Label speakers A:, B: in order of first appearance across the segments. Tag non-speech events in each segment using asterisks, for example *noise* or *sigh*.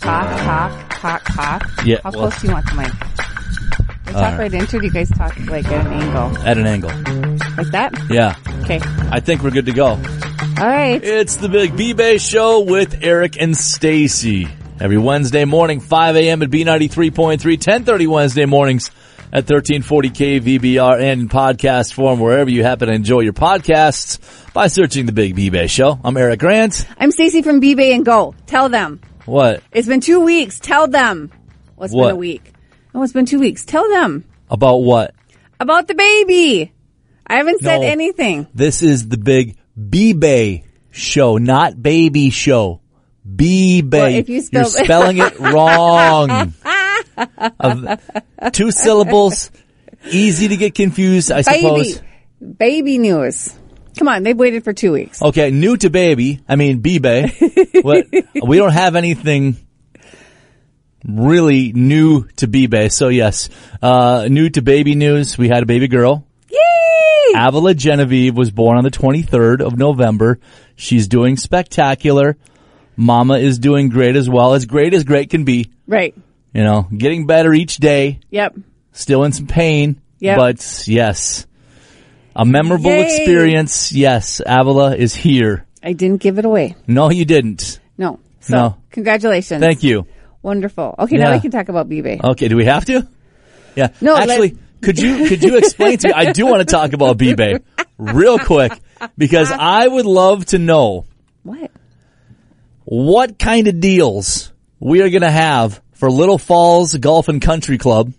A: Talk, talk, talk, talk.
B: Yeah,
A: How
B: well-
A: close do you want the mic? Do you talk
B: Uh,
A: right into it? Do you guys talk like at an angle?
B: at an angle.
A: Like that?
B: Yeah.
A: Okay.
B: I think we're good to go.
A: Alright.
B: It's the Big B-Bay Show with Eric and Stacy. Every Wednesday morning, 5 a.m. at B93.3, 1030 Wednesday mornings at 1340K VBR and in podcast form wherever you happen to enjoy your podcasts by searching the Big B-Bay Show. I'm Eric Grant.
A: I'm Stacy from B-Bay and Go. Tell them.
B: What?
A: It's been two weeks. Tell them. What's
B: What?
A: been a week? Oh, it's been two weeks. Tell them
B: About what?
A: about the baby. I haven't said
B: No.
A: anything.
B: This is the Big B-Bay Show, not Baby Show. B-Bay.
A: Well, if you
B: are
A: spelled-
B: spelling
A: *laughs*
B: it wrong. Of- two syllables. Easy to get confused, I
A: Baby.
B: suppose.
A: Baby news. Come on. They've waited for two weeks.
B: Okay, new to baby. I
A: *laughs*
B: mean, B-Bay. What- we don't have anything really new to B-Bay. So yes, uh, new to baby news. We had a baby girl.
A: Yay!
B: Avila Genevieve was born on the 23rd of November. She's doing spectacular. Mama is doing great as well, as great as great can be.
A: Right.
B: You know, getting better each day,
A: Yep.
B: still in some pain,
A: Yep.
B: but yes. A memorable
A: Yay.
B: experience. Yes, Avila is here.
A: I didn't give it away.
B: No, you didn't.
A: No. So,
B: No.
A: congratulations.
B: Thank you.
A: Wonderful. Okay, now
B: Yeah. Uh,
A: we can talk about B-Bay.
B: Okay, do we have to? Yeah.
A: No, let-
B: actually, could you could you explain to me? I do want to talk about B-Bay real quick because I would love to know
A: what?
B: what kind of deals we are going to have for Little Falls Golf and Country Club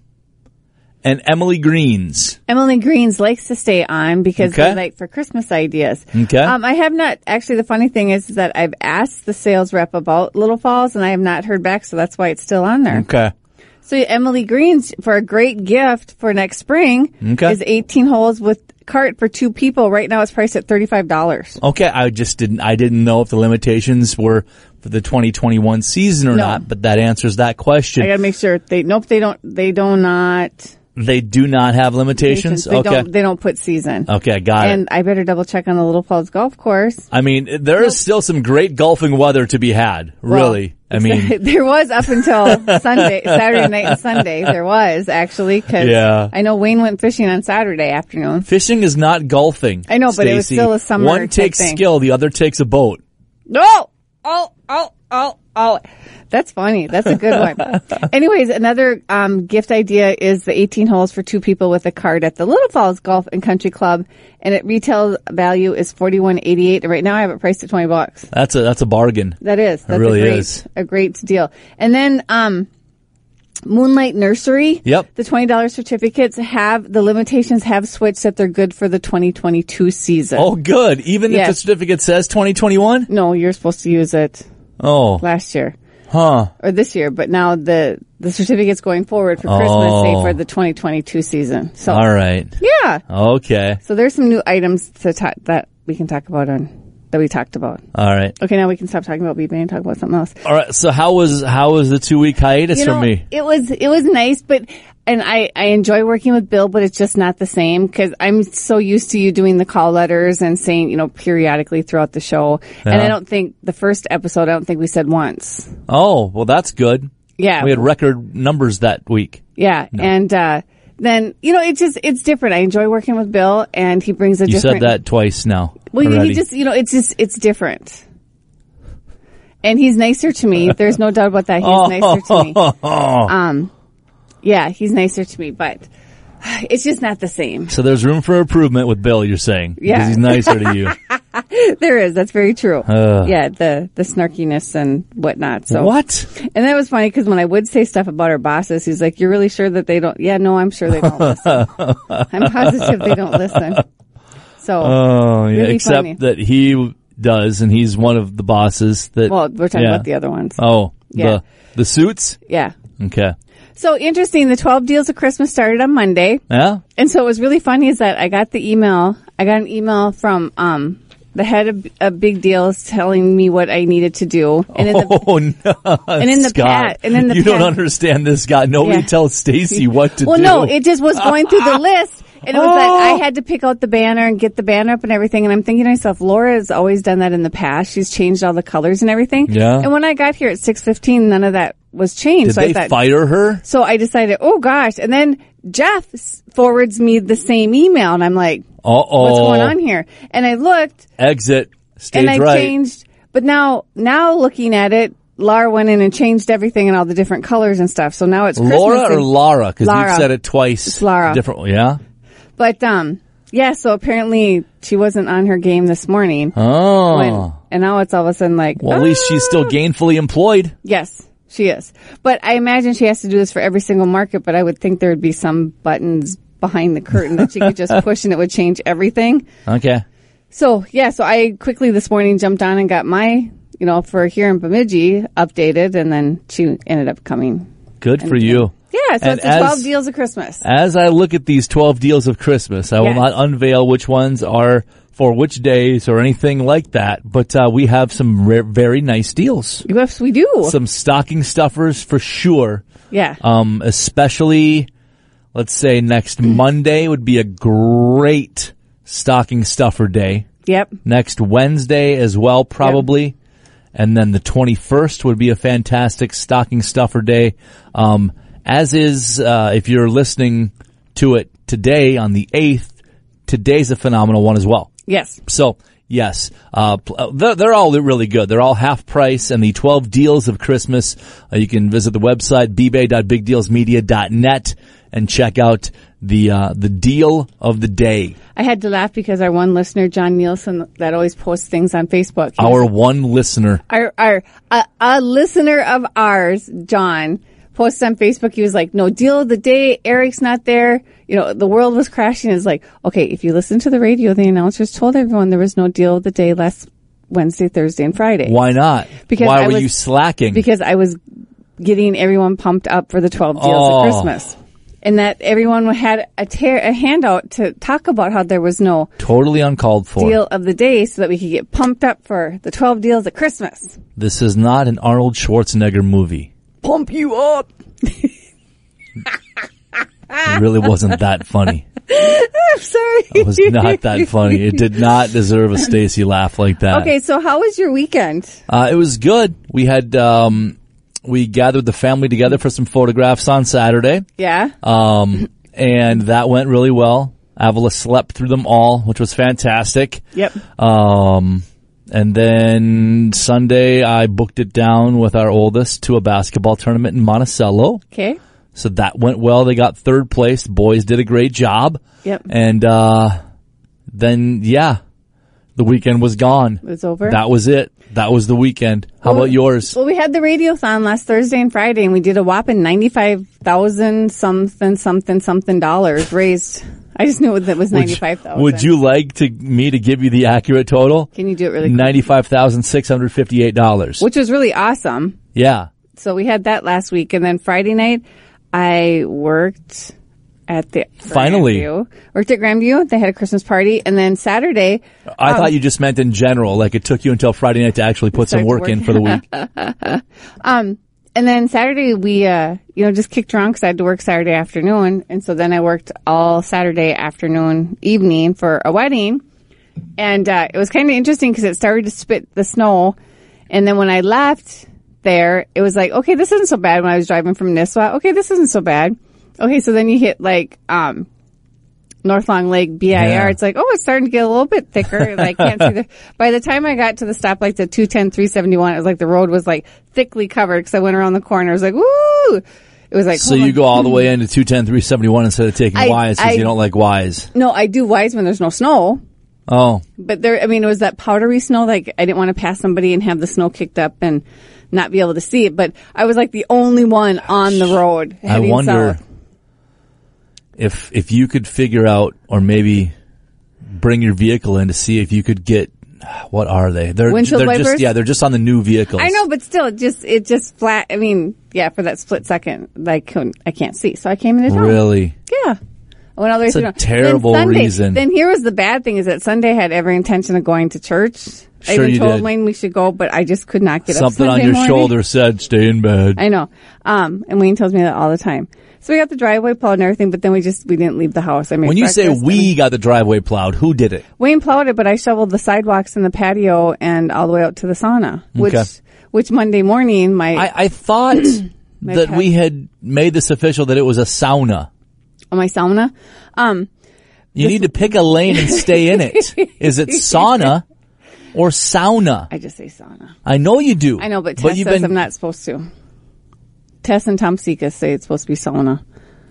B: and Emily Green's.
A: Emily Greens likes to stay on because
B: Okay.
A: they like for Christmas ideas.
B: Okay.
A: Um, I have not actually. The funny thing is, is that I've asked the sales rep about Little Falls, and I have not heard back. So that's why it's still on there.
B: Okay.
A: So Emily Greens for a great gift for next spring
B: Okay.
A: is eighteen holes with cart for two people. Right now, it's priced at thirty five dollars.
B: Okay. I just didn't, I didn't know if the limitations were for the 2021 season or
A: No.
B: not, but that answers that question.
A: I got to make sure they. Nope, they don't. They do not.
B: they do not have limitations.
A: They
B: okay.
A: don't. They don't put season.
B: Okay. Got it.
A: And I better double check on the Little Falls Golf Course.
B: I mean, there is still some great golfing weather to be had. Really. I mean,
A: *laughs* there was up until Sunday, Saturday night and Sunday. There was actually because
B: Yeah.
A: I know Wayne went fishing on Saturday afternoon.
B: fishing is not golfing.
A: I know, but it was
B: Stacy.
A: still a summer
B: One
A: type
B: takes
A: thing.
B: skill, the other takes a boat.
A: No, oh, oh, oh, oh. That's funny. That's a good one. Anyways, another um, gift idea is the 18 holes for two people with a card at the Little Falls Golf and Country Club, and it retail value is 41.88. Right now, I have it priced at 20 bucks.
B: That's a, that's a bargain.
A: That is. That's
B: really
A: a great,
B: is.
A: A great deal. And then, um, Moonlight Nursery.
B: Yep.
A: The $20 certificates have, the limitations have switched that they're good for the 2022 season.
B: Oh, good. Even if the
A: Yes.
B: certificate says 2021?
A: No, you're supposed to use it
B: Oh,
A: last year
B: huh.
A: or this year, but now the, the certificates going forward for Christmas say for the 2022 season. So,
B: Oh. All right.
A: yeah.
B: Okay.
A: So there's some new items to talk, that we can talk about on, that we talked about.
B: All right.
A: Okay, now we can stop talking about b and talk about something else.
B: All right. So how was, how was the two week hiatus
A: you
B: for
A: know,
B: me?
A: It was it was nice, but and I I enjoy working with Bill, but it's just not the same because I'm so used to you doing the call letters and saying you know periodically throughout the show, and I
B: Yeah.
A: don't think the first episode I don't think we said once.
B: Oh, well, that's good.
A: Yeah,
B: We had record numbers that week.
A: yeah, and uh, then you know it's just it's different. I enjoy working with Bill, and he brings a
B: You
A: different.
B: said that twice now.
A: Well, you-
B: already.
A: he just you know it's just it's different. And he's nicer to me. There's no doubt about that. He's
B: Oh.
A: nicer to
B: *laughs*
A: me. Um, yeah, he's nicer to me, but it's just not the same.
B: so there's room for improvement with Bill, you're saying.
A: Yeah.
B: Because he's nicer to you.
A: *laughs* There is. That's very true. yeah, the the snarkiness and whatnot. *laughs* So
B: what?
A: And that was funny because when I would say stuff about our bosses, he's like, "You're really sure that they don't?" Yeah, no, I'm sure they don't listen.
B: *laughs*
A: I'm positive they don't listen. So,
B: Oh, yeah.
A: Really
B: Except
A: funny.
B: that he does, and he's one of the bosses that.
A: well, we're talking
B: yeah.
A: about the other ones.
B: Oh,
A: Yeah.
B: the, the suits?
A: Yeah.
B: Okay.
A: So interesting. The 12 deals of Christmas started on Monday.
B: Yeah?
A: And so what was really funny is that I got the email. I got an email from um, the head of, of Big Deals telling me what I needed to do. *laughs* And in the,
B: *laughs* Oh no! And
A: in the
B: Scott,
A: pat- and in the
B: you don't
A: pat-
B: understand this guy. Nobody
A: Yeah. *laughs*
B: tells Stacy what to
A: well,
B: do. *laughs*
A: no,
B: Oh.
A: it just was going through the list. And it was like I had to pick out the banner and get the banner up and everything. And I'm thinking to myself, Laura has always done that in the past. She's changed all the colors and everything.
B: Yeah.
A: And when I got here at 6:15, none of that was changed.
B: Did
A: so
B: they
A: I thought,
B: fire her?
A: so I decided, oh gosh. And then Jeff s- forwards me the same email, and I'm like,
B: Uh oh.
A: what's going on here? And I looked,
B: Exit. Stage
A: and I
B: right.
A: changed. But now, now looking at it, Laura went in and changed everything and all the different colors and stuff. So now it's Christmas
B: Laura or
A: and-
B: Lara? Because
A: Lara.
B: you've said it twice.
A: Lara.
B: Different. Yeah.
A: But um, yeah. So apparently she wasn't on her game this morning,
B: Oh.
A: when, and now it's all of a sudden like, "Ah!"
B: well, at least she's still gainfully employed.
A: yes, she is. But I imagine she has to do this for every single market. But I would think there would be some buttons behind the curtain that she could
B: *laughs*
A: just push and it would change everything.
B: Okay.
A: So yeah, so I quickly this morning jumped on and got my, you know, for here in Bemidji updated, and then she ended up coming.
B: Good for you.
A: Yeah, so
B: And
A: it's the
B: as-
A: twelve deals of Christmas.
B: As I look at these 12 deals of Christmas, I will
A: Yes.
B: not unveil which ones are for which days or anything like that, but uh, we have some rare, very nice deals.
A: Yes, we do.
B: Some stocking stuffers for sure.
A: yeah,
B: Um, especially, let's say next Monday would be a great stocking stuffer day.
A: yep.
B: Next Wednesday as well, probably. And then the 21st would be a fantastic stocking stuffer day. Um, as is, uh, if you're listening to it today on the 8th, today's a phenomenal one as well.
A: Yes.
B: So yes, uh, pl- uh, they're, they're all really good. They're all half price and the 12 deals of Christmas. Uh, you can visit the website bbay.bigdealsmedia.net and check out the, uh, the deal of the day.
A: I had to laugh because our one listener, John Nielsen, that always posts things on Facebook. he
B: Our one listener.
A: our, our a, a listener of ours, John, posted on Facebook. He was like, "No deal of the day. Eric's not there. You know, the world was crashing." It's like, okay, if you listen to the radio, the announcers told everyone there was no deal of the day last Wednesday, Thursday, and Friday
B: Why not?
A: Because
B: Why
A: I
B: were
A: was-
B: you slacking?
A: because I was getting everyone pumped up for the twelve deals
B: Oh.
A: of Christmas. And that everyone had a, tear, a handout to talk about how there was no
B: totally uncalled for.
A: deal of the day so that we could get pumped up for the 12 deals at Christmas.
B: This is not an Arnold Schwarzenegger movie.
A: Pump you up. Ah.
B: It really wasn't that funny.
A: I'm *laughs* sorry.
B: It was not that funny. It did not deserve a Stacy laugh like that.
A: Okay, so how was your weekend?
B: Uh, it was good. We had um, we gathered the family together for some photographs on Saturday,
A: Yeah. *laughs*
B: um, and that went really well. Avila slept through them all, which was fantastic.
A: Yep.
B: Um, and then Sunday, I booked it down with our oldest to a basketball tournament in Monticello.
A: Okay.
B: So that went well. They got third place. The boys did a great job.
A: Yep.
B: And uh, then, yeah, the weekend was gone.
A: It was over.
B: That was it. That was the weekend. How about yours?
A: well, we had the radiothon last Thursday and Friday, and we did a whopping ninety-five thousand something something something dollars raised. I just knew that was
B: Would you-
A: ninety-five thousand.
B: Would you like to me to give you the accurate total?
A: Can you do it really? quick?
B: Ninety-five thousand six hundred fifty-eight dollars.
A: Which was really awesome.
B: Yeah.
A: So we had that last week, and then Friday night, I worked at the
B: Finally.
A: Grandview. worked at Grandview. They had a Christmas party, and then Saturday,
B: I
A: Um,
B: thought you just meant in general, like it took you until Friday night to actually put some
A: Start to
B: work
A: work.
B: in for the week.
A: *laughs* and then Saturday we, uh, you know, just kicked around because I had to work Saturday afternoon, and so then I worked all Saturday afternoon, evening for a wedding, and uh, it was kind of interesting because it started to spit the snow, and then when I left there, it was like, okay, this isn't so bad. When I was driving from Nisswa, okay, this isn't so bad. Okay, so then you hit like um, North Long Lake BIR.
B: Yeah.
A: It's like, oh, it's starting to get a little bit thicker. And I can't see the. By the time I got to the stoplight, the 210, 371, it was like the road was like thickly covered because I went around the corner. I was like, woo! It was like,
B: So
A: hold
B: you
A: on.
B: go all the way into 210, 371 instead of taking
A: I-
B: Y's because
A: I-
B: you don't like Y's.
A: No, I do wise when there's no snow.
B: Oh,
A: But there, I mean, it was that powdery snow. Like I didn't want to pass somebody and have the snow kicked up and not be able to see it. But I was like the only one on the road.
B: I
A: heading
B: wonder
A: south.
B: if if you could figure out or maybe bring your vehicle in to see if you could get what are they? They're
A: Windshield
B: they're just
A: wipers?
B: yeah, they're just on the new vehicles.
A: I know, but still, it just it just flat. I mean, yeah, for that split second, I couldn't, I can't see. So I came into town.
B: Really?
A: Yeah. I went all the way
B: It's a
A: through. Then
B: terrible
A: Sunday,
B: reason.
A: Then here was the bad thing: is that Sunday I had every intention of going to church. I
B: Sure
A: even
B: you
A: told
B: did.
A: Wayne we should go, but I just could not get up
B: Something on
A: Sunday
B: your
A: morning.
B: shoulder said stay in bed.
A: I know. Um, and Wayne tells me that all the time. So we got the driveway plowed and everything, but then we just we didn't leave the house. I mean,
B: When you say we got the driveway plowed, who did it?
A: Wayne plowed it, but I shoveled the sidewalks and the patio and all the way out to the sauna, which
B: Okay.
A: which Monday morning my
B: I,
A: *clears throat*
B: I thought that
A: cat.
B: we had made this official that it was a sauna.
A: my sauna. Um,
B: You need to pick a lane and stay
A: *laughs*
B: in it. Is it sauna or sauna?
A: I just say sauna.
B: I know you do.
A: I know, but Tess
B: you've
A: says
B: been
A: I'm not supposed to. Tess and Tom Sika say it's supposed to be sauna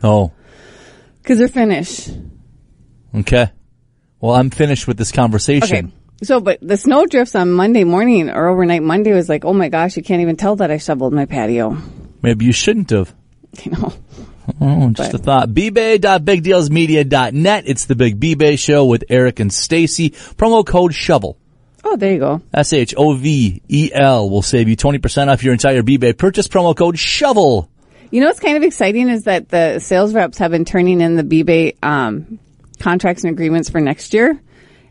B: oh
A: because they're Finnish.
B: okay. Well, I'm finished with this
A: Okay.
B: conversation.
A: So, but the snow drifts on Monday morning or overnight Monday was like, oh my gosh, you can't even tell that I shoveled my patio. *laughs*
B: Maybe you shouldn't have.
A: You know,
B: Oh, just a thought. bbay.bigdealsmedia.net. It's the Big bbay Show with Eric and Stacy. Promo code SHOVEL.
A: oh, there you go.
B: S H O V E L will save you 20% off your entire bbay purchase. Promo code SHOVEL.
A: You know what's kind of exciting is that the sales reps have been turning in the BBA um, contracts and agreements for next year,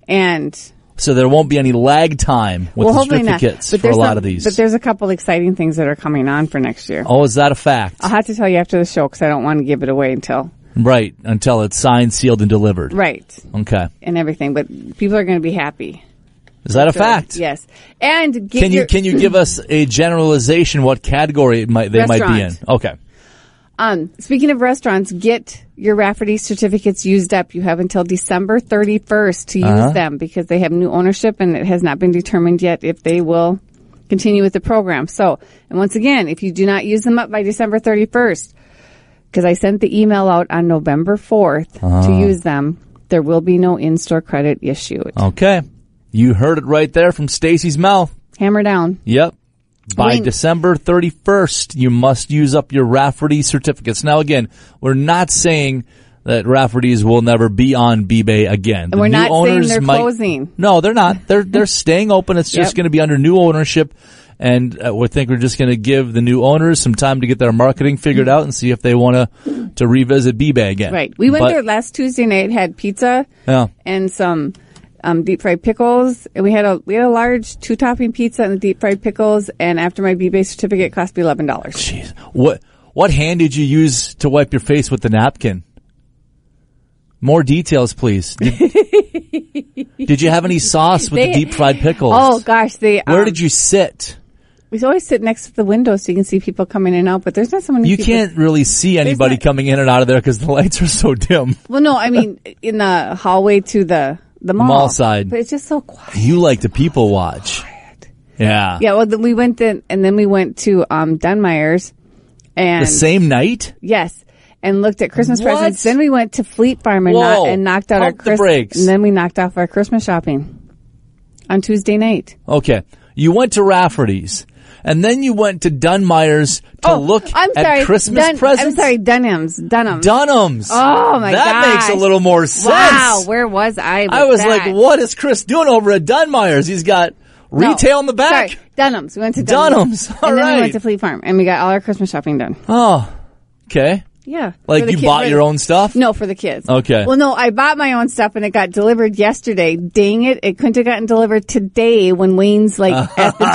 A: and
B: So there won't be any lag time with
A: well,
B: the
A: hopefully not.
B: certificates for a
A: there's
B: lot
A: some-
B: of these.
A: But there's a couple exciting things that are coming on for next year.
B: oh, is that a fact?
A: I'll have to tell you after the show because I don't want to give it away until
B: right. Until it's signed, sealed, and delivered.
A: right
B: Okay.
A: and everything. But people are going to be happy.
B: Is that a fact?
A: Yes, and get
B: Can you
A: your-
B: can you give us a generalization what category it might they might be in?
A: Restaurant.
B: Okay.
A: Um, speaking of restaurants, get your Rafferty certificates used up. You have until December 31st to use
B: Uh-huh.
A: them because they have new ownership and it has not been determined yet if they will continue with the program. So, and once again, if you do not use them up by December 31st, because I sent the email out on November 4th to
B: Uh-huh.
A: use them, there will be no in-store credit issued.
B: Okay. You heard it right there from Stacy's mouth.
A: Hammer down.
B: Yep. By
A: Wayne-
B: December 31st, you must use up your Rafferty certificates. Now, again, we're not saying that Rafferty's will never be on B-Bay again. The
A: we're
B: new
A: not saying
B: owners
A: they're
B: might-
A: closing.
B: No, they're
A: *laughs*
B: not. They're they're staying open. It's just
A: Yep.
B: going to be under new ownership, and uh, we think we're just going to give the new owners some time to get their marketing figured out and see if they want to to revisit B-Bay again.
A: Mm-hmm. Right. We went
B: But-
A: there last Tuesday night, had pizza.
B: Yeah.
A: and some um, deep fried pickles. And we had a we had a large two topping pizza and the deep fried pickles. And after my B base certificate, it cost me eleven dollars.
B: Jeez. What what hand did you use to wipe your face with the napkin? More details,
A: *laughs*
B: please. Did, did you have any sauce with
A: They-
B: the deep fried pickles?
A: Oh gosh, they um,
B: Where did you sit?
A: We always sit next to the window so you can see people coming in and out. But there's not so many. *laughs*
B: You
A: people-
B: can't really see anybody
A: not-
B: coming in and out of there because the lights are so dim.
A: Well, no, I mean in the hallway to the the mall,
B: Mall side.
A: But it's just so quiet.
B: You like to people watch. Yeah.
A: Yeah. Well, then we went then, and then we went to um, Dunmire's, and
B: The same night?
A: yes. And looked at Christmas
B: What?
A: presents. Then we went to Fleet Farm and,
B: Whoa.
A: kno- and knocked out our
B: Pump the
A: Christmas.
B: brakes.
A: And then we knocked off our Christmas shopping on Tuesday night.
B: Okay. You went to Rafferty's and then you went to Dunmire's to look
A: Oh, I'm sorry,
B: at Christmas
A: Dun-
B: presents.
A: I'm sorry, Dunham's. Dunham's.
B: Dunham's.
A: Oh, my
B: That makes a
A: gosh.
B: little more sense.
A: wow, where was I? with
B: I was
A: that?
B: like, what is Chris doing over at Dunmire's? He's got
A: No,
B: retail in the back.
A: Sorry, Dunham's. We went to Dunham's.
B: Dunham's,
A: And
B: all
A: then we
B: right.
A: went to Fleet Farm and we got all our Christmas shopping done.
B: Oh, okay.
A: Yeah.
B: Like
A: For the
B: you
A: kid-
B: bought
A: for-
B: your own stuff?
A: No, for the kids.
B: Okay.
A: Well, no, I bought my own stuff and it got delivered yesterday. Dang it. It couldn't have gotten delivered today when Wayne's like at the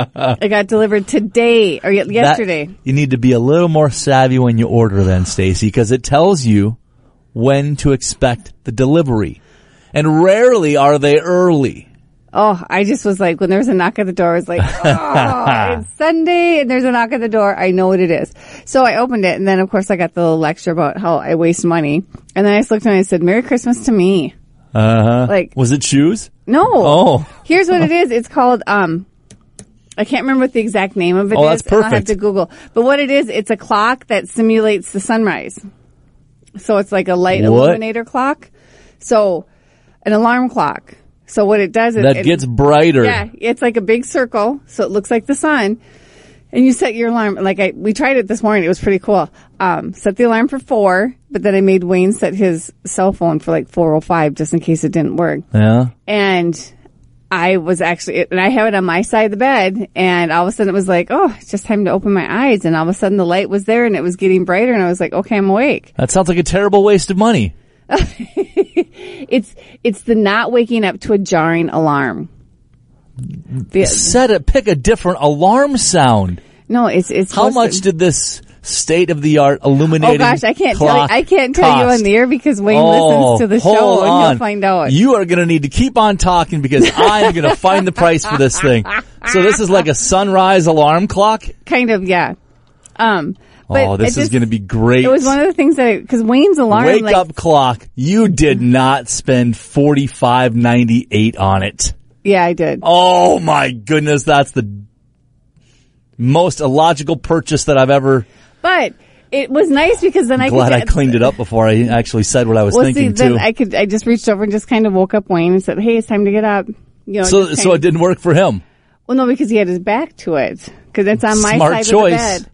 A: gym.
B: *laughs*
A: it got delivered today or ye-
B: That-
A: yesterday.
B: you need to be a little more savvy when you order then, Stacy, because it tells you when to expect the delivery. And rarely are they early.
A: Oh, I just was like, when there was a knock at the door, I was
B: *laughs*
A: like, oh, it's Sunday and there's a knock at the door. I know what it is. So I opened it. And then, of course, I got the little lecture about how I waste money. And then I just looked and I said, Merry Christmas to me.
B: Uh-huh.
A: Like-
B: was it shoes?
A: No.
B: Oh.
A: Here's what it is. It's called, um, I can't remember what the exact name of it
B: Oh, that's
A: is, and I'll have
B: perfect.
A: to Google. But what it is, it's a clock that simulates the sunrise. So it's like a light
B: What?
A: illuminator clock. So an alarm clock. So what it does is
B: That
A: it-
B: gets brighter.
A: yeah, it's like a big circle, so it looks like the sun. And you set your alarm. Like I, we tried it this morning. It was pretty cool. Um, set the alarm for four, but then I made Wayne set his cell phone for like four oh five just in case it didn't work.
B: Yeah.
A: And I was actually, and I have it on my side of the bed. And all of a sudden, it was like, oh, it's just time to open my eyes. And all of a sudden, the light was there, and it was getting brighter. And I was like, okay, I'm awake.
B: That sounds like a terrible waste of money.
A: It's it's the not waking up to a jarring alarm. The-
B: Set it, pick a different alarm sound.
A: No, it's it's
B: How
A: supposed
B: much
A: to-
B: did this state of the art illuminating?
A: Oh gosh, I can't tell you,
B: clock
A: I can't tell you on
B: cost?
A: the air because Wayne
B: Oh,
A: listens to the
B: hold
A: show and
B: on.
A: he'll find out.
B: You are going to need to keep on talking because I am
A: *laughs*
B: going to find the price for this thing. So this is like a sunrise alarm clock.
A: kind of, yeah. Um, but
B: oh, this
A: it
B: is
A: just-
B: going to be great.
A: It was one of the things that because Wayne's alarm,
B: Wake
A: like,
B: up clock. You did not spend forty five ninety eight on it.
A: yeah, I did.
B: Oh my goodness, that's the most illogical purchase that I've ever.
A: But it was nice because then I
B: glad
A: could,
B: I cleaned it up before I actually said what I was
A: Well, see,
B: thinking
A: then
B: too.
A: I could. I just reached over and just kind of woke up Wayne and said, "Hey, it's time to get up." You know,
B: so,
A: just
B: so
A: kind
B: it
A: of-
B: didn't work for him.
A: well, no, because he had his back to it because it's on my
B: Smart
A: side
B: choice.
A: of the bed.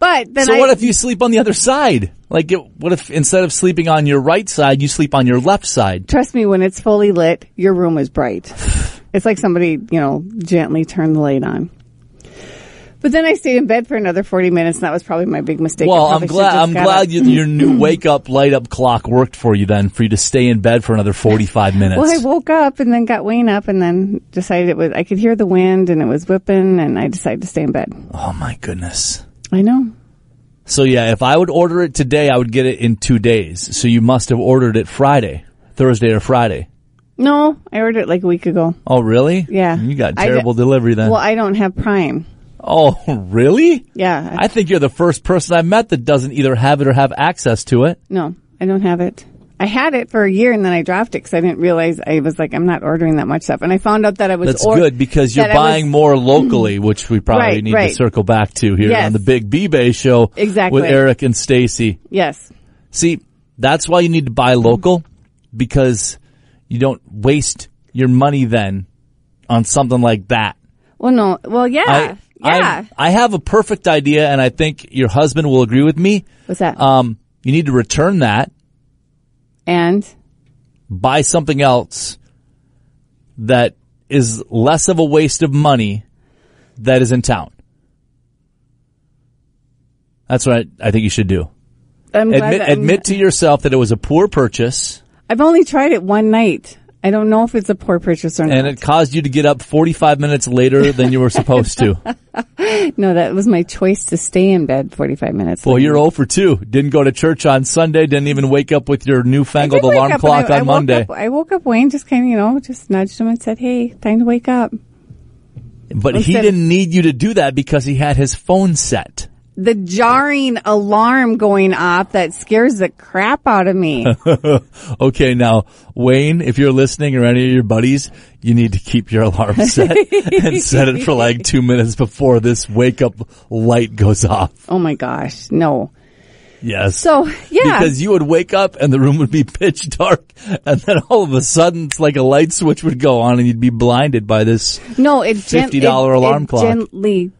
A: But then
B: So
A: I,
B: what if you sleep on the other side? Like, it, what if instead of sleeping on your right side, you sleep on your left side?
A: trust me, when it's fully lit, your room is
B: *sighs*
A: bright. it's like somebody, you know, gently turned the light on. But then I stayed in bed for another forty minutes, and that was probably my big mistake. I
B: Well,
A: probably
B: I'm
A: should've
B: glad.
A: just
B: I'm
A: got
B: glad
A: up.
B: you,
A: *clears throat*
B: your new wake up, light up clock worked for you. Then for you to stay in bed for another 45 minutes.
A: Well, I woke up and then got Wayne up, and then decided it was. I could hear the wind, and it was whipping, and I decided to stay in bed.
B: oh my goodness.
A: I know.
B: So yeah, if I would order it today, I would get it in two days. So you must have ordered it Friday, Thursday or Friday.
A: No, I ordered it like a week ago.
B: Oh really?
A: Yeah.
B: You got
A: I d-
B: terrible delivery then.
A: Well, I don't have Prime.
B: oh *laughs* really?
A: Yeah.
B: I think you're the first person I've met that doesn't either have it or have access to it.
A: no, I don't have it. I had it for a year and then I dropped it because I didn't realize I was like, I'm not ordering that much stuff. And I found out that I was
B: That's
A: or-
B: good because you're
A: that I was- Mm-hmm.
B: buying more locally, which we probably
A: Right,
B: need to
A: right.
B: circle back to here
A: Yes.
B: on the Big B Bay show
A: Exactly.
B: with Eric and Stacy.
A: Yes.
B: See, that's why you need to buy local because you don't waste your money then on something like that.
A: Well, no. Well, yeah.
B: I,
A: yeah.
B: I, I have a perfect idea and I think your husband will agree with me.
A: What's that?
B: Um, you need to return that,
A: and
B: buy something else that is less of a waste of money that is in town. That's what I, I think you should do.
A: I'm glad
B: Admit,
A: that I'm-
B: admit to yourself that it was a poor purchase.
A: I've only tried it one night. I don't know if it's a poor purchase or
B: and
A: not.
B: it caused you to get up 45 minutes later than you were
A: *laughs*
B: supposed to.
A: no, that was my choice to stay in bed 45 minutes.
B: Well, you're 0 for 2. Didn't go to church on Sunday, didn't even wake up with your
A: I
B: newfangled
A: did wake
B: alarm
A: up and
B: clock
A: I- I
B: on
A: woke
B: Monday.
A: up- I woke up Wayne, just kind of, you know, just nudged him and said, hey, time to wake up.
B: But he
A: Instead-
B: didn't need you to do that because he had his phone set.
A: the jarring alarm going off that scares the crap out of
B: *laughs*
A: me.
B: Okay, now, Wayne, if you're listening or any of your buddies, you need to keep your
A: *laughs*
B: alarm set and set it for like two minutes before this wake up light goes off.
A: oh my gosh, no.
B: Yes.
A: So yeah,
B: Because you would wake up and the room would be pitch dark and then all of a sudden it's like a light switch would go on and you'd be blinded by this.
A: no, it gen-
B: $50 alarm
A: it
B: clock.
A: gently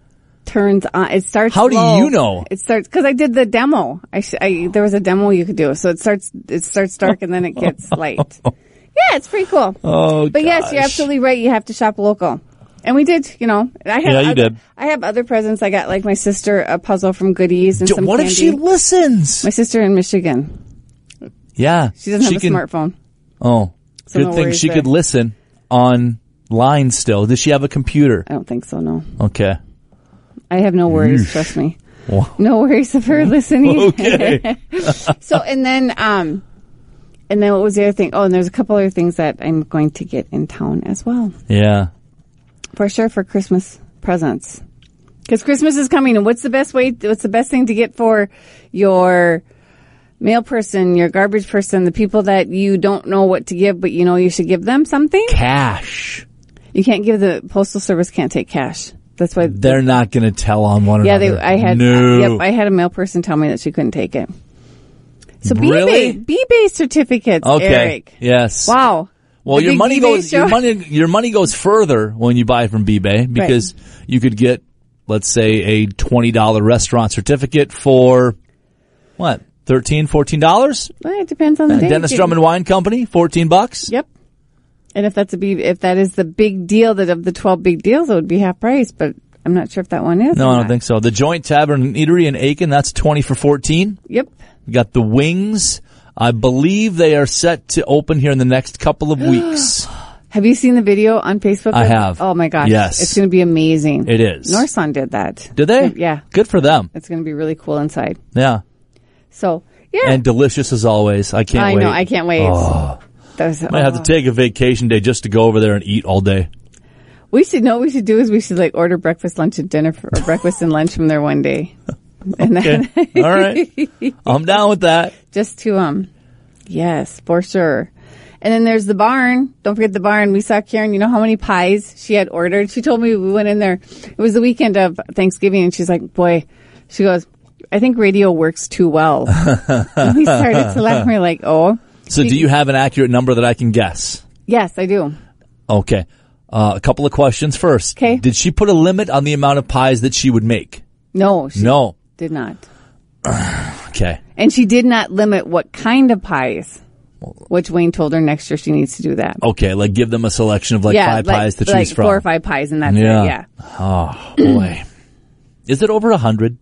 A: turns on. It starts.
B: How do
A: low.
B: you know?
A: It starts because I did the demo. I, sh- I there was a demo you could do. So it starts. It starts dark and then it
B: *laughs*
A: gets light. Yeah, it's pretty cool.
B: Oh,
A: But yes, you're
B: gosh.
A: absolutely right. You have to shop local. And we did, you know. I have
B: Yeah, you
A: other-
B: did.
A: I have other presents. I got like my sister a puzzle from Goodies and
B: D-
A: some
B: What if she
A: candy.
B: listens?
A: my sister in Michigan.
B: Yeah.
A: She doesn't have a
B: can,
A: smartphone.
B: Oh,
A: So
B: good
A: no
B: thing
A: worries
B: she
A: there.
B: could listen online still. Does she have a computer?
A: I don't think so. No, *laughs*
B: Okay.
A: I have no worries. Trust me,
B: Wow.
A: no worries of
B: *laughs*
A: her listening.
B: Okay.
A: So, and then, um, and then what was the other thing? Oh, and there's a couple other things that I'm going to get in town as well,
B: yeah.
A: for sure, for Christmas presents. Because Christmas is coming, and what's the best way? What's the best thing to get for your mail person, your garbage person, the people that you don't know what to give, but you know you should give them something?
B: Cash.
A: You can't give the postal service can't take cash. That's why
B: They're not going to tell on one
A: Yeah, they,
B: another.
A: I had. uh,
B: No.
A: Yep, I had a male person tell me that she couldn't take it. So
B: Really?
A: B-Bay, B-Bay certificates,
B: okay.
A: Eric.
B: Yes.
A: Wow.
B: Well,
A: The
B: your
A: big
B: money
A: B-Bay
B: goes
A: show.
B: your money your money goes further when you buy from B-Bay because you could get let's say a $20 restaurant certificate for what? 13 dollars?
A: Well, it depends on the day.
B: Uh, Dennis
A: If you-
B: Drummond Wine Company, 14 bucks.
A: Yep. And if that's a B, if that is the big deal that of the twelve big deals, it would be half price. But I'm not sure if that one is.
B: No,
A: or
B: I don't
A: not.
B: think so. The Joint Tavern and Eatery in Aiken, that's 20 for 14.
A: Yep.
B: We got
A: *gasps*
B: the wings. I believe they are set to open here in the next couple of weeks. *gasps*
A: Have you seen the video on Facebook?
B: I have.
A: Oh my gosh.
B: Yes.
A: It's going to be amazing.
B: It is.
A: Northson did that.
B: Did they?
A: Mm, Yeah.
B: Good for them.
A: It's going to be really cool inside.
B: Yeah.
A: So, yeah.
B: And delicious as always. I can't
A: I
B: wait. Oh.
A: know. I can't wait. Oh. That was-
B: Might have to take a vacation day just to go over there and eat
A: *laughs*
B: all day.
A: we should know. What we should do is we should like order breakfast, lunch, and dinner, for, or breakfast and lunch from there one
B: *laughs*
A: day, and
B: Okay.
A: then
B: Eh, all right. I'm down with that.
A: just to um, yes, for sure. And then there's the barn. Don't forget the barn. We saw Karen. You know how many pies she had ordered? She told me we went in there. It was the weekend of Thanksgiving, and she's like, "Boy," she goes, "I think radio works too
B: *laughs*
A: well." and we started to laugh. and We're like, "Oh,
B: So do you have an accurate number that I can guess?
A: yes, I do."
B: Okay. Uh, a couple of questions first.
A: 'Kay.
B: Did she put a limit on the amount of pies that she would make?
A: No, she
B: No.
A: did not.
B: Okay.
A: And she did not limit what kind of pies, which Wayne told her next year she needs to do that.
B: Okay. Like give them a selection of like five pies to
A: like
B: choose from.
A: Four or five pies, and that's
B: Yeah.
A: it. Yeah.
B: Oh boy. Is it over a hundred?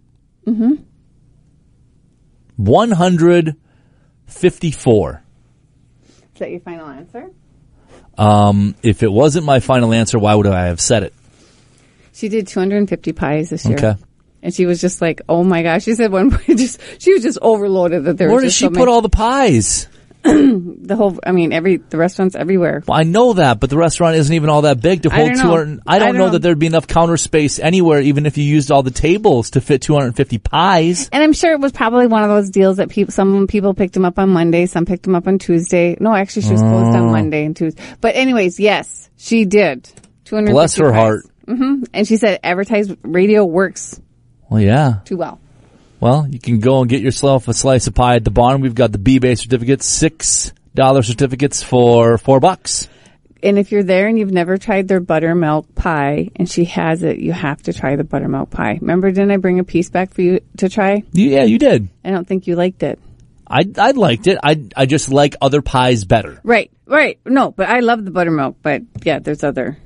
B: Mm-hmm. One hundred fifty-four.
A: Is that your final answer?
B: Um, If it wasn't my final answer, why would I have said it?
A: She did 250 pies this year.
B: Okay.
A: And she was just like, "Oh my gosh!" She said one *laughs* point, just she was just overloaded that there
B: Where
A: was
B: does
A: just
B: she
A: so
B: put
A: many,
B: all the pies?
A: the whole. I mean, every the restaurants everywhere.
B: Well, I know that, but the restaurant isn't even all that big to
A: I
B: hold
A: don't know.
B: 200. I
A: I
B: don't,
A: don't
B: know
A: know.
B: that there'd be enough counter space anywhere, even if you used all the tables to fit 250 pies.
A: And I'm sure it was probably one of those deals that people, some people picked them up on Monday, some picked them up on Tuesday. No, actually, she was closed
B: Oh.
A: on Monday and Tuesday. But anyways, yes, she did. 250
B: Bless her
A: pies.
B: heart.
A: And she said, advertised radio works
B: Well, yeah.
A: too well.
B: Well, you can go and get yourself a slice of pie at the barn. We've got the B-Bay certificates, six dollar certificates for four bucks.
A: And if you're there and you've never tried their buttermilk pie and she has it, you have to try the buttermilk pie. Remember, didn't I bring a piece back for you to try?
B: Yeah, you did.
A: I don't think you liked it.
B: I, I liked it. I, I just like other pies better.
A: Right, right. No, but I love the buttermilk, but yeah, there's other.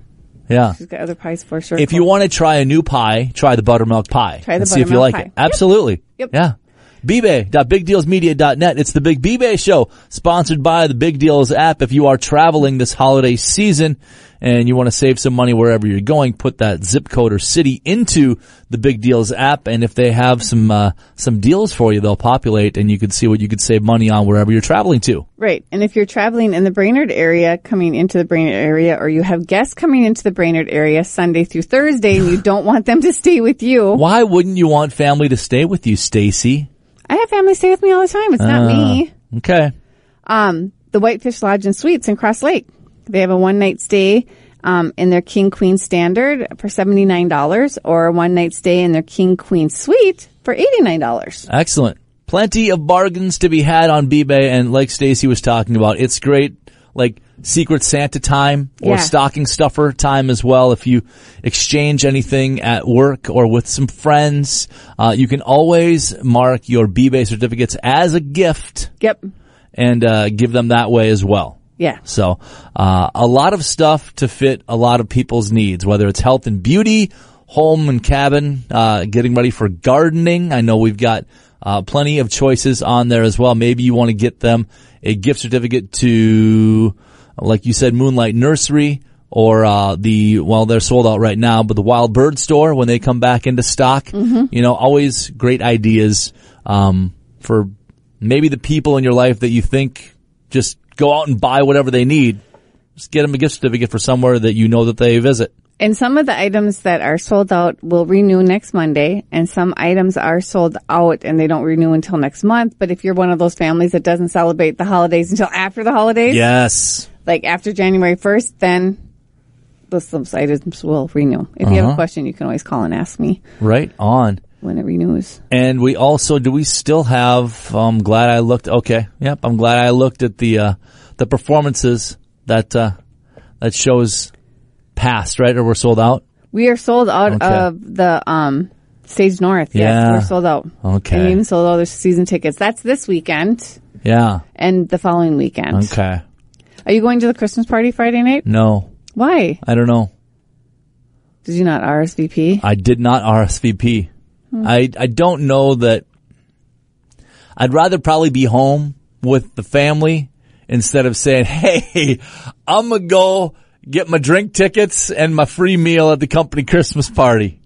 B: Yeah.
A: She's got other pies for sure.
B: If you want to try a new pie, try the buttermilk pie.
A: Try the
B: and see if you like
A: buttermilk
B: it.
A: pie.
B: Absolutely.
A: Yep.
B: Yeah. bbay.bigdealsmedia.net. It's the Big B-Bay Show, sponsored by the Big Deals app. If you are traveling this holiday season and you want to save some money wherever you're going, put that zip code or city into the Big Deals app. And if they have some, uh, some deals for you, they'll populate and you can see what you could save money on wherever you're traveling to.
A: Right. And if you're traveling in the Brainerd area, coming into the Brainerd area, or you have guests coming into the Brainerd area Sunday through Thursday
B: *sighs*
A: and you don't want them to stay with you,
B: Why wouldn't you want family to stay with you, Stacy?
A: I have family stay with me all the time. It's
B: Uh,
A: not me.
B: Okay.
A: um, the Whitefish Lodge and Suites in Cross Lake. They have a one night stay um, in their King Queen Standard for seventy nine dollars, or a one night stay in their King Queen Suite for eighty nine dollars.
B: Excellent. Plenty of bargains to be had on B-Bay, and like Stacy was talking about, it's great, like Secret Santa time or
A: Yeah.
B: stocking stuffer time as well. If you exchange anything at work or with some friends, uh, you can always mark your B-Bay certificates as a gift
A: Yep.
B: and uh, give them that way as well.
A: Yeah.
B: So, uh, a lot of stuff to fit a lot of people's needs, whether it's health and beauty, home and cabin, uh, getting ready for gardening. I know we've got uh, plenty of choices on there as well. Maybe you want to get them a gift certificate to, like you said, Moonlight Nursery or uh, the well, they're sold out right now, but the Wild Bird Store when they come back into stock. You know, always great ideas um, for maybe the people in your life that you think just go out and buy whatever they need. Just get them a gift certificate for somewhere that you know that they visit.
A: And some of the items that are sold out will renew next Monday, and some items are sold out and they don't renew until next month. But if you're one of those families that doesn't celebrate the holidays until after the holidays,
B: Yes.
A: like after January 1st, then those those items will renew. If you have a question, you can always call and ask me
B: Right on.
A: when it renews.
B: And we also do we still have I'm glad I looked okay. Yep, I'm glad I looked at the uh the performances that uh that shows passed, right? Or were sold out.
A: We are sold out
B: Okay.
A: of the um, Stage North. Yes,
B: Yeah.
A: we're sold out.
B: Okay.
A: And even sold out their season tickets. That's this weekend
B: Yeah.
A: and the following weekend.
B: Okay.
A: Are you going to the Christmas party Friday night?
B: No.
A: Why?
B: I don't know.
A: Did you not RSVP?
B: I did not RSVP.
A: Hmm.
B: I I don't know that. I'd rather probably be *laughs* home with the family instead of saying, "Hey, I'm gonna go get my drink tickets and my free meal at the company Christmas party.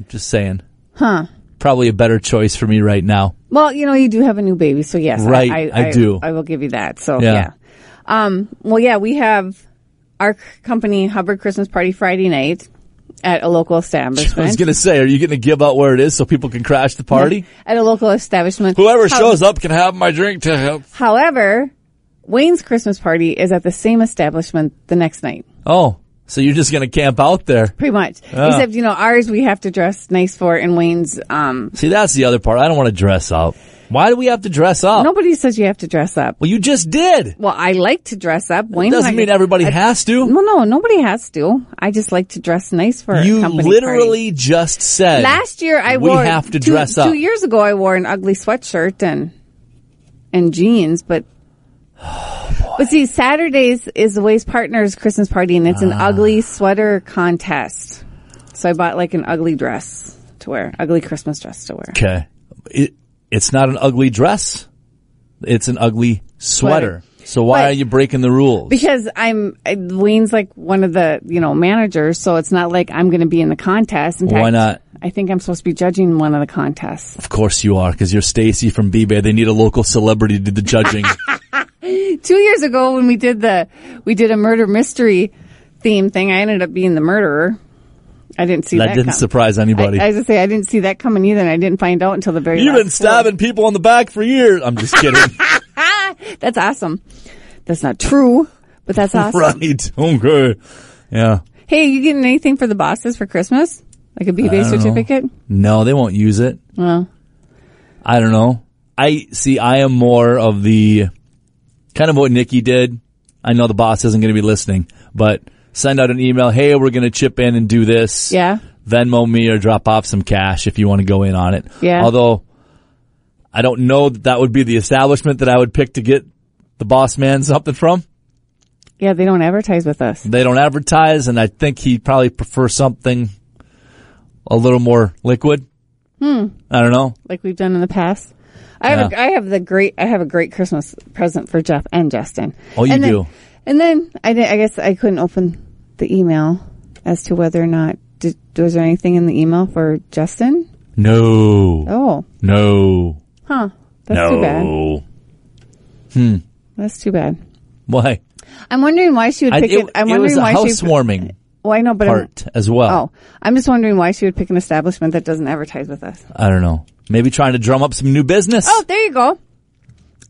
B: I'm just saying.
A: Huh.
B: Probably a better choice for me right now.
A: Well, you know, you do have a new baby, so yes, I-
B: Right,
A: I,
B: I do.
A: I will give you that. So
B: Yeah.
A: yeah. Um, well, yeah, we have our c- company Hubbard Christmas party Friday night at a
B: *laughs*
A: local
B: I was
A: establishment.
B: going to say, are you going to give out where it is so people can crash the party?
A: At a local establishment.
B: Whoever
A: How-
B: shows up can have my drink ticket.
A: However, Wayne's Christmas party is at the same establishment the next night.
B: Oh, so you're just going to camp out there.
A: Pretty much.
B: Ah.
A: Except, you know, ours we have to dress nice for and Wayne's, um,
B: See, that's the other part. I don't want to dress up. Why do we have to dress up?
A: nobody says you have to dress up.
B: Well, you just did.
A: Well, I like to dress up. Wayne
B: Doesn't mean everybody has to.
A: Well, no, nobody has to. I just like to dress nice for a
B: You
A: company party.
B: literally just said
A: Last year I
B: we
A: wore
B: have to
A: two,
B: dress up.
A: Two years ago I wore an ugly sweatshirt and and jeans, but but see Saturdays is the Ways Partners Christmas party and it's an
B: Ah.
A: ugly sweater contest. So I bought like an ugly dress to wear, ugly Christmas dress to wear.
B: Okay, it, it's not an ugly dress. It's an ugly sweater. So why
A: But-
B: are you breaking the rules?
A: Because I'm I- Wayne's like one of the you know managers, so it's not like I'm going to be in the contest. In
B: Why
A: fact,
B: not?
A: I think I'm supposed to be judging one of the contests.
B: Of course you are, because you're Stacy from B-Bay. They need a local celebrity to do
A: *laughs*
B: the judging.
A: Two years ago, when we did the we did a murder mystery theme thing, I ended up being the murderer. I didn't see that.
B: that didn't
A: come.
B: surprise anybody.
A: I, I just say I didn't see that coming either, and I didn't find out until the very.
B: You've
A: last
B: been stabbing people in the back for years. I'm just kidding.
A: four. That's awesome. That's not true, but *laughs* that's awesome.
B: *laughs* right. Okay. Yeah.
A: Hey, you getting anything for the bosses for Christmas? Like a BB
B: don't know.
A: certificate?
B: No, they won't use it.
A: Well.
B: I don't know. I see. I am more of the kind of what Nikki did. I know the boss isn't going to be listening, but send out an email. Hey, we're going to chip in and do this.
A: Yeah.
B: Venmo me or drop off some cash if you want to go in on it.
A: Yeah.
B: Although I don't know that that would be the establishment that I would pick to get the boss man *laughs* something from.
A: Yeah, they don't advertise with us.
B: They don't advertise, and I think he probably prefers something a little more liquid. Hmm. I don't know.
A: like we've done in the past. I have a, I have the great I have a great Christmas present for Jeff and Justin.
B: Oh, you
A: and then-
B: do?
A: And then I did, I guess I couldn't open the email as to whether or not did, was there anything in the email for Justin?
B: No.
A: Oh,
B: No.
A: huh. That's too bad.
B: no.
A: That's too bad.
B: Why?
A: I'm wondering why she would
B: I,
A: pick
B: it,
A: it. I'm
B: it was
A: wondering
B: a
A: why she.
B: housewarming
A: Well, I know, but I'm,
B: part as well.
A: oh, I'm just wondering why she would pick an establishment that doesn't advertise with us.
B: I don't know. Maybe trying to drum up some new business.
A: Oh, there you go.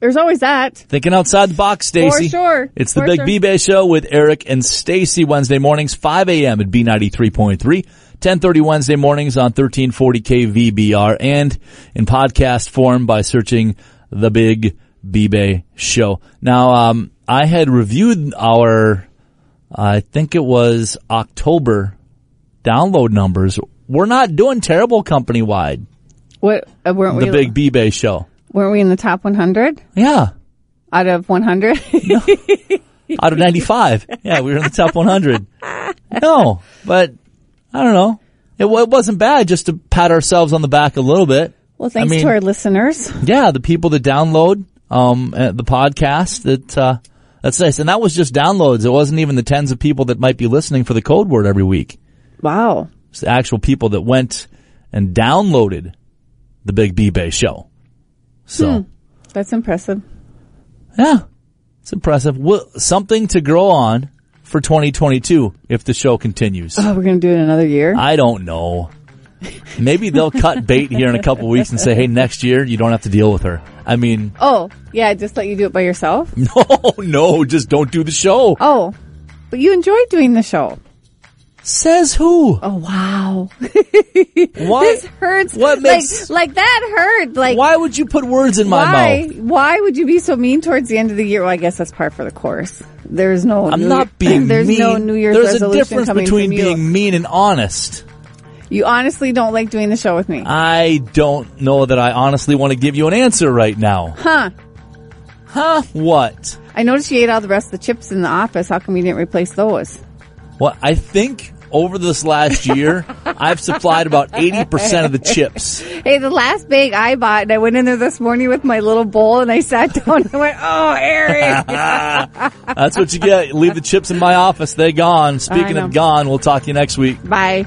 A: There's always that.
B: Thinking outside the box, Stacy.
A: For sure.
B: It's the
A: For
B: Big
A: sure.
B: B Bay Show with Eric and Stacy Wednesday mornings, 5 a.m. at B93.3, 1030 Wednesday mornings on 1340 KVBR and in podcast form by searching the Big B Bay Show. Now, um, I had reviewed our, I think it was October download numbers. We're not doing terrible company wide.
A: What uh, weren't
B: The
A: we?
B: Big B Bay Show.
A: weren't we in the top 100
B: Yeah.
A: out of 100?
B: out of 95. Yeah, we were in the top 100. No, but I don't know. It, wa- it wasn't bad just to pat ourselves on the back a little bit.
A: *laughs* Well, thanks
B: I mean,
A: to our listeners.
B: yeah, the people that download, um, uh, the podcast that, uh, that's nice. And that was just downloads. It wasn't even the tens of people that might be listening for the code word every week.
A: Wow.
B: It's the actual people that went and downloaded the Big B-Bay show. So.
A: That's impressive.
B: Yeah, it's impressive. Well, something to grow on for 2022 if the show continues.
A: Oh, we're going to do it another year.
B: I don't know. Maybe they'll cut bait here in a couple weeks and say, "Hey, next year you don't have to deal with her." I mean, *laughs*
A: oh, yeah, just let you do it by yourself.
B: no, no, just don't do the show.
A: Oh, but you enjoyed doing the show.
B: Says who?
A: Oh, wow. *laughs*
B: Why?
A: This hurts.
B: What
A: like,
B: makes-
A: like that hurt. Like
B: why would you put words in my
A: why?
B: mouth?
A: Why would you be so mean towards the end of the year? Well, I guess that's part for the course. There's no.
B: I'm
A: New
B: not
A: *laughs*
B: being
A: There's
B: mean.
A: no New Year's
B: There's a
A: resolution
B: difference
A: coming
B: between
A: from you.
B: being mean and honest.
A: You honestly don't like doing the show with me,
B: I don't know that I honestly want to give you an answer right now.
A: huh?
B: Huh? What?
A: I noticed you ate all the rest of the chips in the office. How come you didn't replace those?
B: Well, I think over this last
A: *laughs*
B: year, I've supplied about 80% of the chips.
A: Hey, the last bag I bought, and I went in there this morning with my little bowl, and I sat *laughs* down and went, "Oh, Eric,
B: That's what you get. Leave the chips in my office. They gone. Speaking
A: know.
B: of gone, we'll talk to you next week.
A: bye."